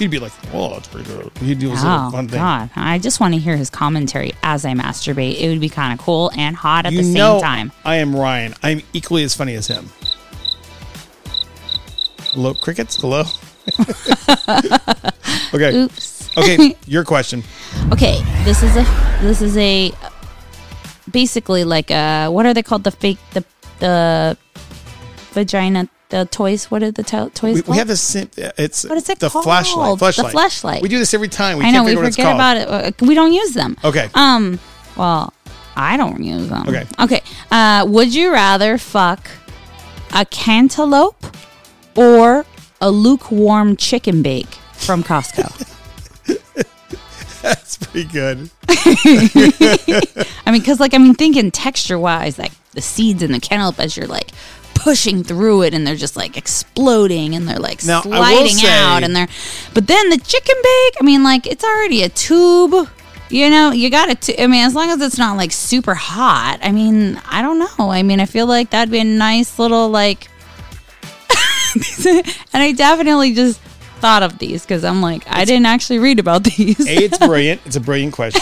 A: He'd be like, "Oh, that's pretty good." He'd do his little
B: Oh
A: fun thing.
B: God! I just want to hear his commentary as I masturbate. It would be kind of cool and hot at
A: you
B: the same
A: know
B: time.
A: I am Ryan. I'm equally as funny as him. Hello, crickets. Hello. <laughs> okay.
B: Oops. <laughs>
A: Okay. Your question.
B: Okay, this is a this is a basically like a what are they called? The fake the the vagina the toys. What are the to- toys?
A: We,
B: called?
A: we have this. sim- uh, It's
B: What is it
A: the
B: called?
A: flashlight.
B: The
A: Flashlight.
B: flashlight.
A: We do this every time. We
B: I
A: can't
B: know we
A: figure out what it's
B: forget
A: called.
B: about it. Uh, We don't use them.
A: Okay. <laughs>
B: Um. Well, I don't use them.
A: Okay.
B: Okay. Uh, would you rather fuck a cantaloupe or a lukewarm chicken bake from Costco?
A: That's pretty good.
B: I mean, because like I mean, thinking texture wise, like the seeds in the cantaloupe as you're like pushing through it, and they're just like exploding, and they're like
A: Now, I will
B: sliding
A: say-
B: out, and they're. But then the chicken bake. I mean, like it's already a tube. You know, you got it. I mean, as long as it's not like super hot. I mean, I don't know. I mean, I feel like that'd be a nice little like. <laughs> and I definitely just thought of these because I'm like, I didn't actually read about these.
A: A, it's brilliant. It's a brilliant question.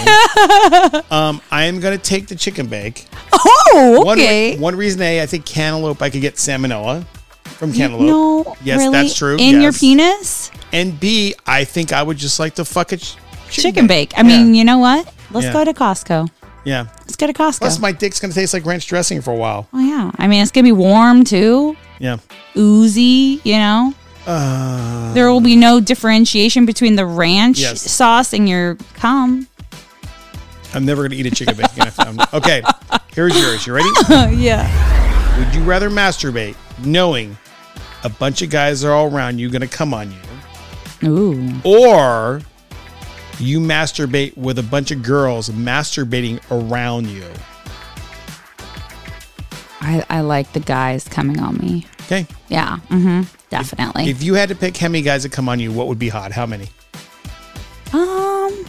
A: Um, I am gonna take the chicken bake.
B: <laughs> Oh,
A: One, re-
B: okay.
A: one reason A, I think cantaloupe, I could get salmonella from cantaloupe.
B: No,
A: yes,
B: really?
A: that's true.
B: In your
A: yes.
B: penis,
A: And B, I think I would just like to fuck a ch-
B: chicken bake. I
A: Yeah.
B: mean, you know what? Let's
A: Yeah.
B: go to Costco.
A: Yeah.
B: Let's go to Costco.
A: Plus, my dick's going to taste like ranch dressing for a while.
B: oh yeah. I mean, it's gonna be warm too,
A: Yeah.
B: oozy. You know,
A: Uh,
B: there will be no differentiation between the ranch
A: Yes.
B: sauce and your cum.
A: I'm never going to eat a chicken bake again. if I'm- okay. Here's yours. You
B: <laughs>
A: ready?
B: yeah.
A: Would you rather masturbate knowing a bunch of guys are all around you going to come on you?
B: Ooh.
A: Or you masturbate with a bunch of girls masturbating around you?
B: I, I like the guys coming on me.
A: Okay.
B: Yeah. Mm-hmm. Definitely.
A: If you had to pick how many guys that come on you, what would be hot? How many?
B: um,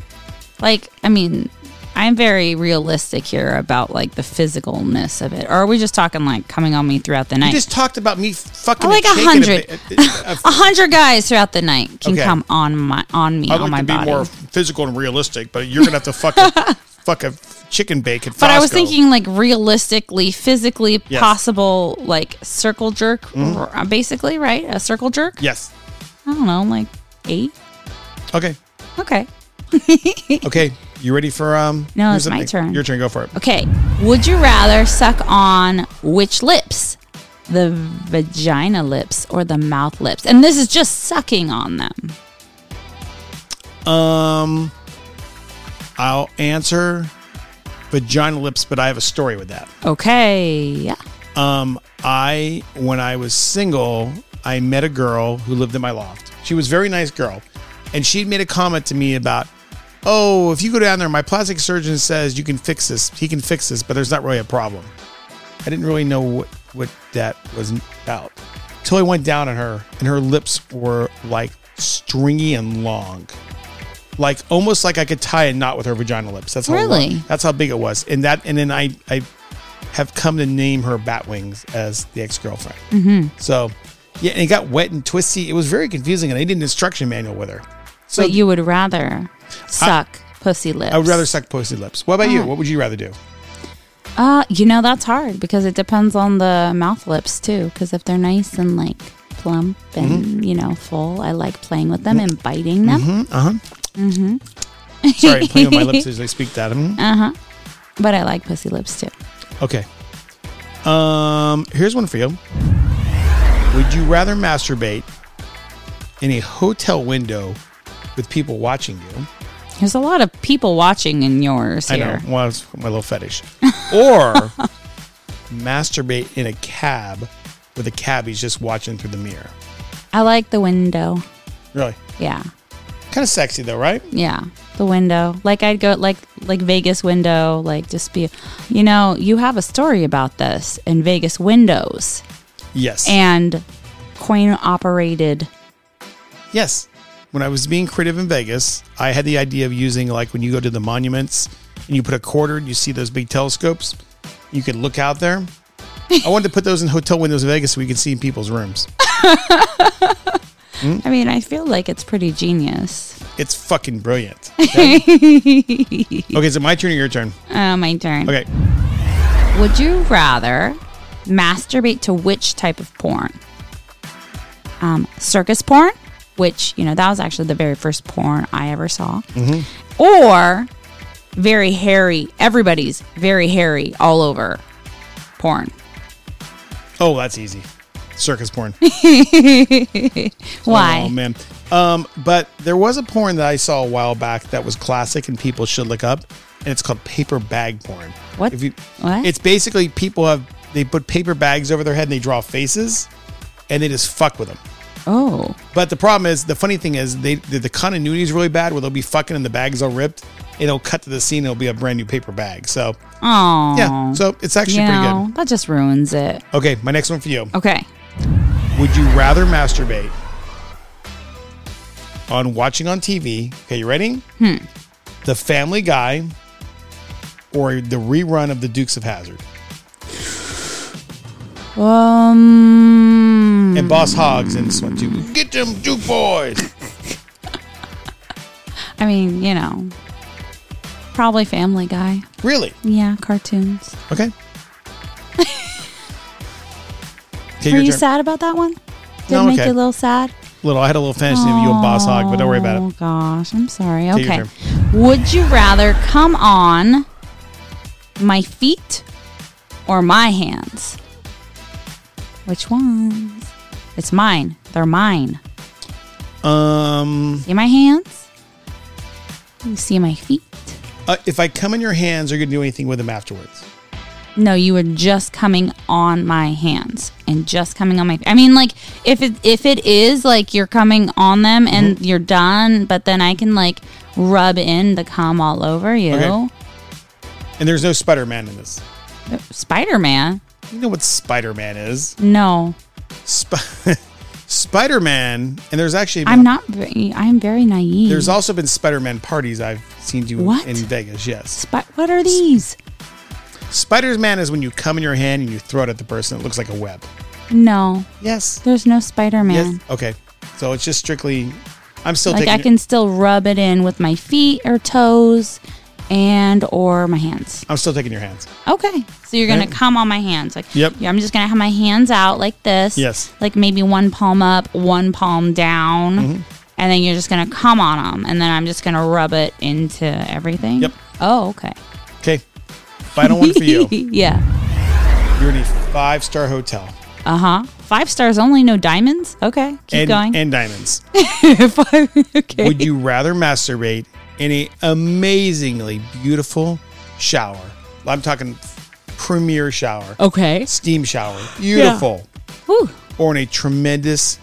B: like I mean, I'm very realistic here about like the physicalness of it. Or are we just talking like coming on me throughout the
A: You
B: night?
A: just talked about me fucking
B: I Oh, like
A: and
B: a
A: shaking
B: hundred.
A: bit.
B: <laughs>
A: Uh,
B: a hundred guys throughout the night can
A: Okay.
B: come on my on me
A: I'd like
B: on my
A: to be
B: body.
A: more physical and realistic, but you're gonna have to fuck
B: <laughs>
A: a fuck a chicken bake at Costco.
B: but I was thinking like realistically, physically
A: Yes. Mm-hmm.
B: possible, like circle jerk, r- uh, basically, right? A circle jerk.
A: yes.
B: I don't know, like eight.
A: Okay.
B: Okay.
A: Okay. You ready for um?
B: No,
A: here's
B: it's my
A: something.
B: turn.
A: Your turn. Go for it.
B: Okay. Would you rather suck on which lips? The vagina lips or the mouth lips? And this is just sucking on them.
A: Um, I'll answer vagina lips, but I have a story with that.
B: Okay. Yeah.
A: Um, I when I was single, I met a girl who lived in my loft. She was a very nice girl, and she'd made a comment to me about, "Oh, if you go down there, my plastic surgeon says you can fix this. He can fix this, but there's not really a problem." I didn't really know what what that was about until I went down on her, and her lips were like stringy and long. Like almost like I could tie a knot with her vagina lips. That's how long-
B: Really?
A: that's how big it was. And that and then I I have come to name her Batwings as the ex girlfriend. Mm-hmm. So, yeah, and it got wet and twisty. It was very confusing, and I did an instruction manual with her. So
B: but you would rather suck pussy lips.
A: I would rather suck pussy lips. What about you?
B: Oh.
A: What would you rather do?
B: Uh, you know that's hard because it depends on the mouth lips too. Because if they're nice and like plump and you know full, I like playing with them and biting them.
A: Uh huh. Mm-hmm. Mm-hmm. Sorry, I'm playing with my lips as I speak that. Mhm.
B: But I like pussy lips too.
A: Okay. Um, here's one for you. Would you rather masturbate in a hotel window with people watching you?
B: There's a lot of people watching in yours here.
A: I know. Well, it's my little fetish. <laughs> Or masturbate in a cab where the cabbie's just watching through the mirror.
B: I like the window.
A: Really?
B: Yeah.
A: Kind of sexy though, right?
B: Yeah. The window. Like I'd go like like Vegas window, like just be you know, you have a story about this in Vegas windows
A: Yes.
B: and coin operated
A: yes. When I was being creative in Vegas, I had the idea of using like when you go to the monuments and you put a quarter and you see those big telescopes, you could look out there. I wanted to put those in hotel windows in Vegas so we could see people's rooms.
B: I mean, I feel like it's pretty genius.
A: It's fucking brilliant. Okay, okay is it my turn or your turn?
B: Uh, my turn.
A: Okay.
B: Would you rather masturbate to which type of porn? Um, circus porn, which, you know, that was actually the very first porn I ever saw.
A: Mm-hmm.
B: Or very hairy, everybody's very hairy all over porn.
A: Oh, that's easy. Circus porn.
B: Why?
A: Oh man. Um, but there was a porn that I saw a while back that was classic and people should look up, and it's called paper bag porn.
B: What?
A: If you,
B: What?
A: It's basically people have they put paper bags over their head and they draw faces, and they just fuck with them.
B: oh.
A: But the problem is, the funny thing is, they the, the continuity is really bad. Where they'll be fucking and the bag's all ripped. and It'll cut to the scene. It'll be a brand new paper bag. So
B: Oh.
A: yeah, so it's actually
B: you
A: pretty
B: know, that just ruins it.
A: good. Okay, my next one for you.
B: Okay.
A: Would you rather masturbate on watching on TV? Okay, you ready? Hmm. The Family Guy or the rerun of The Dukes of Hazard
B: Um.
A: and Boss Hogs in this one too. Get them Duke boys.
B: I mean, you know, probably Family Guy.
A: Really?
B: Yeah, cartoons.
A: Okay. Okay,
B: Were
A: your
B: you
A: turn.
B: sad about that one? Did
A: No,
B: it make
A: okay.
B: you a little sad?
A: Little, I had a little fantasy of you and Boss Hog, but don't worry about
B: Oh
A: it.
B: gosh, I'm sorry.
A: Okay, your
B: Okay. Would you rather come on my feet or my hands? Which ones? It's mine. They're mine.
A: Um,
B: See my hands? You see my feet?
A: uh, if I come in your hands, are you gonna do anything with them afterwards?
B: No, you were just coming on my hands and just coming on my. I mean, like if it if it is like you're coming on them and
A: Mm-hmm.
B: you're done, but then I can like rub in the cum all over you.
A: Okay. And there's no Spider Man in this.
B: Spider Man.
A: You know what Spider Man is?
B: No,
A: Sp- <laughs> Spider Man, and there's actually been
B: I'm not. Very, I'm very naive.
A: There's also been Spider Man parties I've seen you
B: What?
A: in Vegas. Yes,
B: Spi- what are these?
A: Spider Man is when you come in your hand and you throw it at the person. It looks like a web.
B: No,
A: Yes.
B: there's no Spider Man.
A: Yes. Okay. So it's just strictly. I'm still
B: Like
A: taking.
B: I can still rub it in with my feet or toes, and or my hands.
A: I'm still taking your hands.
B: Okay. So you're gonna
A: Right.
B: come on my hands. Like
A: Yep.
B: yeah, I'm just gonna have my hands out like this.
A: Yes.
B: Like maybe one palm up, one palm down.
A: Mm-hmm.
B: And then you're just gonna come on them, and then I'm just gonna rub it into everything.
A: Yep.
B: Oh, okay.
A: Okay. Final one for
B: <laughs>
A: you.
B: yeah.
A: You're in a five star hotel.
B: Uh huh. Five stars only, no diamonds. Okay. Keep
A: and,
B: going.
A: And diamonds.
B: <laughs> Five- okay.
A: Would you rather masturbate in a amazingly beautiful shower? I'm talking premier shower,
B: okay.
A: steam
B: <gasps>
A: shower, beautiful.
B: Whew.
A: or in a tremendous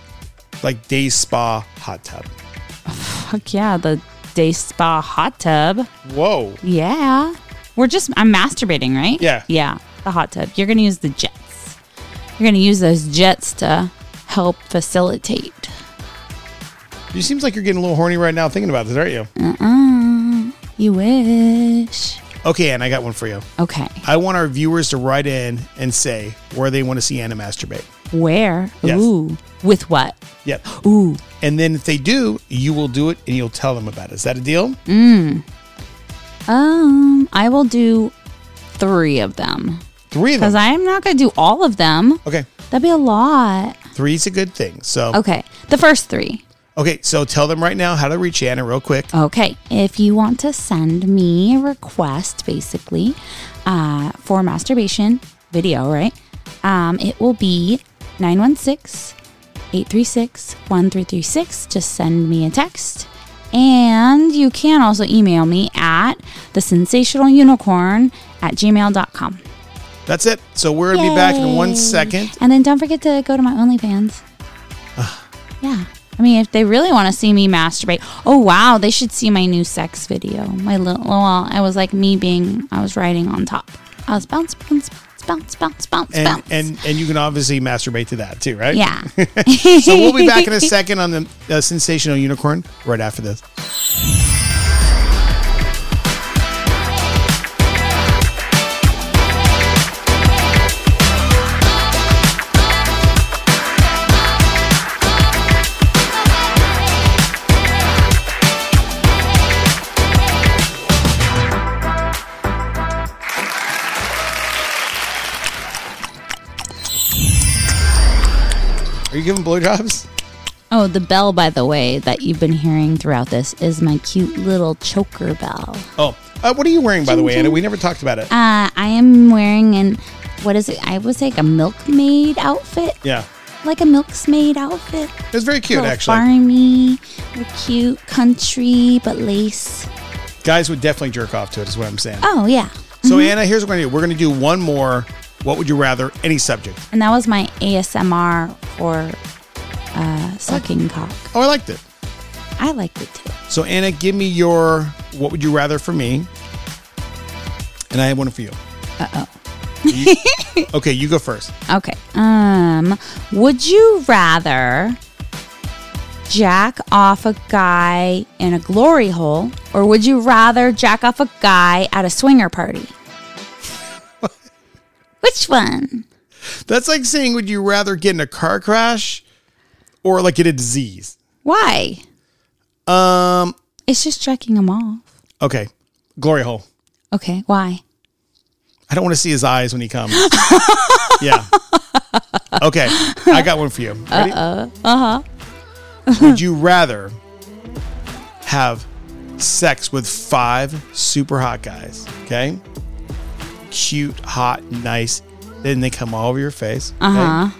A: like day spa hot tub.
B: Fuck yeah. The day spa hot tub.
A: Whoa.
B: Yeah. We're just, I'm masturbating, right?
A: Yeah.
B: Yeah. The hot tub. You're going to use the jets. You're going to use those jets to help facilitate.
A: You seems like you're getting a little horny right now thinking about this, aren't you?
B: Uh-uh. You wish.
A: Okay, and I got one for you.
B: Okay.
A: I want our viewers to write in and say where they want to see Anna masturbate.
B: Where?
A: Yes.
B: Ooh. With what?
A: Yep.
B: Ooh.
A: And then if they do, you will do it and you'll tell them about it. Is that a deal?
B: Um, I will do three of them
A: Three of
B: because
A: them.
B: I'm not going to do all of them.
A: okay.
B: That'd be a lot.
A: Three's a good thing. So okay.
B: Okay. The first three.
A: so tell them right now how to reach Anna real quick.
B: Okay, if you want to send me a request, basically, uh, for masturbation video, right? Um, it will be 916 836 1336. Just send me a text. And you can also email me at the sensational unicorn at gmail.com.
A: That's it. So we're gonna be back in one
B: Yay.
A: second.
B: And then don't forget to go to my OnlyFans. yeah. I mean, if they really want to see me masturbate, oh wow, they should see my new sex video. My little, well, I was like me being, I was riding on top. I was bounce, bounce, bounce, bounce, bounce, bounce,
A: And
B: bounce.
A: and and you can obviously masturbate to that too, right?
B: yeah. <laughs>
A: So <laughs> we'll be back in a second on the uh, sensational unicorn right after this. Are you giving blowjobs?
B: Oh, the bell, by the way, that you've been hearing throughout this is my cute little choker bell.
A: Oh, uh, what are you wearing, by the way,
B: Ching,
A: Anna?
B: ching.
A: We never talked about it.
B: Uh, I am wearing an, what is it? I was like a milkmaid outfit,
A: yeah,
B: like a milkmaid outfit.
A: it was very cute,
B: Little
A: actually.
B: Farmy, little cute country, but lace.
A: Guys would definitely jerk off to it, is what I'm saying.
B: Oh yeah,
A: So, Anna, here's what we're gonna do. We're gonna do one more. What would you rather? Any subject.
B: and that was my ASMR for uh, sucking cock.
A: Oh, I liked it.
B: I liked it too.
A: So, Anna, give me your what would you rather for me, and I have one for you. Uh oh. okay, you go first.
B: Okay. Um, would you rather jack off a guy in a glory hole, or would you rather jack off a guy at a swinger
A: <laughs>
B: party? Which one?
A: That's like saying, would you rather get in a car crash or like get a disease?
B: Why?
A: Um.
B: It's just jacking them off.
A: Okay. Glory hole.
B: Okay. Why?
A: <laughs> I don't want to see his eyes when he comes. yeah. Okay, I got one for you. Ready? Uh huh. Would you rather have sex with five super hot guys? Okay, cute, hot, nice. Then they come all over your face. okay?
B: Uh-huh.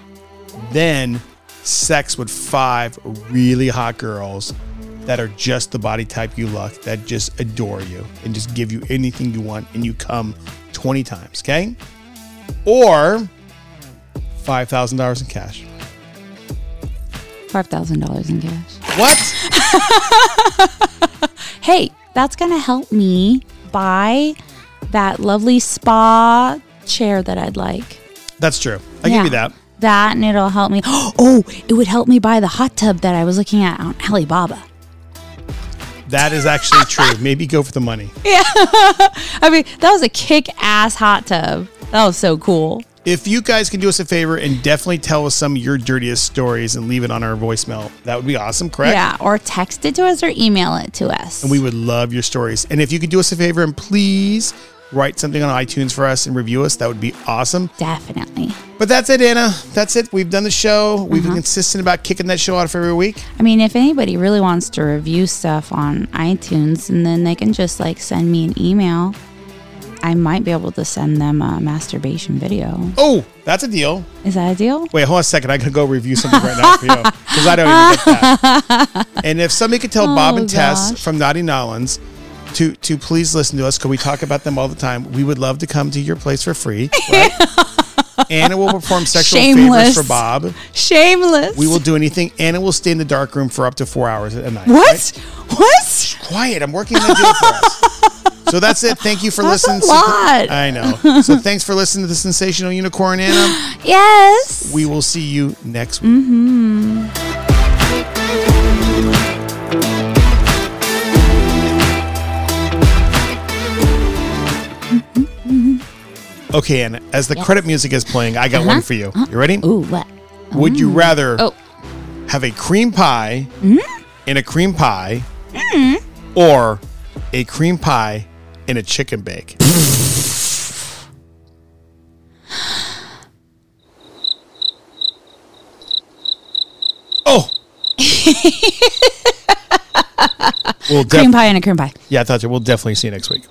A: Then sex with five really hot girls that are just the body type you like, that just adore you and just give you anything you want, and you come twenty times. Okay, or five thousand dollars in cash.
B: Five thousand dollars in cash.
A: What?
B: Hey, that's gonna help me buy that lovely spa chair that I'd like.
A: That's true. I give you that.
B: That and it'll help me. <gasps> Oh, it would help me buy the hot tub that I was looking at on Alibaba.
A: That is actually true. Maybe go for the money.
B: I mean, that was a kick ass hot tub. That was so cool.
A: If you guys can do us a favor and definitely tell us some of your dirtiest stories and leave it on our voicemail, that would be awesome, correct?
B: Yeah, or text it to us or email it to us.
A: We would love your stories. And if you could do us a favor and please write something on iTunes for us and review us, that would be awesome.
B: Definitely.
A: But that's it, Anna. That's it. We've done the show. We've been consistent about kicking that show out for every week.
B: I mean, if anybody really wants to review stuff on iTunes, and then they can just like send me an email. I might be able to send them a masturbation video.
A: Oh, that's a deal.
B: Is that a deal?
A: Wait, hold on a second. I gotta go review something right now for <laughs> you because I don't even get that. And if somebody could tell Bob
B: Oh,
A: and Tess
B: gosh.
A: from Naughty Nolans to to please listen to us because we talk about them all the time. We would love to come to your place for free. <laughs> Right? Anna will perform sexual
B: Shameless.
A: favors for Bob.
B: Shameless.
A: We will do anything. Anna will stay in the dark room for up to four hours a night.
B: What?
A: right?
B: What?
A: Quiet. I'm working on a deal for us. So that's it. Thank you for
B: That's a
A: listening.
B: lot.
A: I know. So thanks for listening to the sensational unicorn, Anna.
B: Yes.
A: We will see you next week. Okay, and as the credit music is playing, I got one for you. You ready?
B: Ooh, what?
A: Would you rather
E: Oh.
A: have a cream pie in a cream pie or a cream pie in a chicken bake? oh! we'll def-
B: Cream pie and a cream pie.
A: yeah, I thought you. We'll definitely see you next week.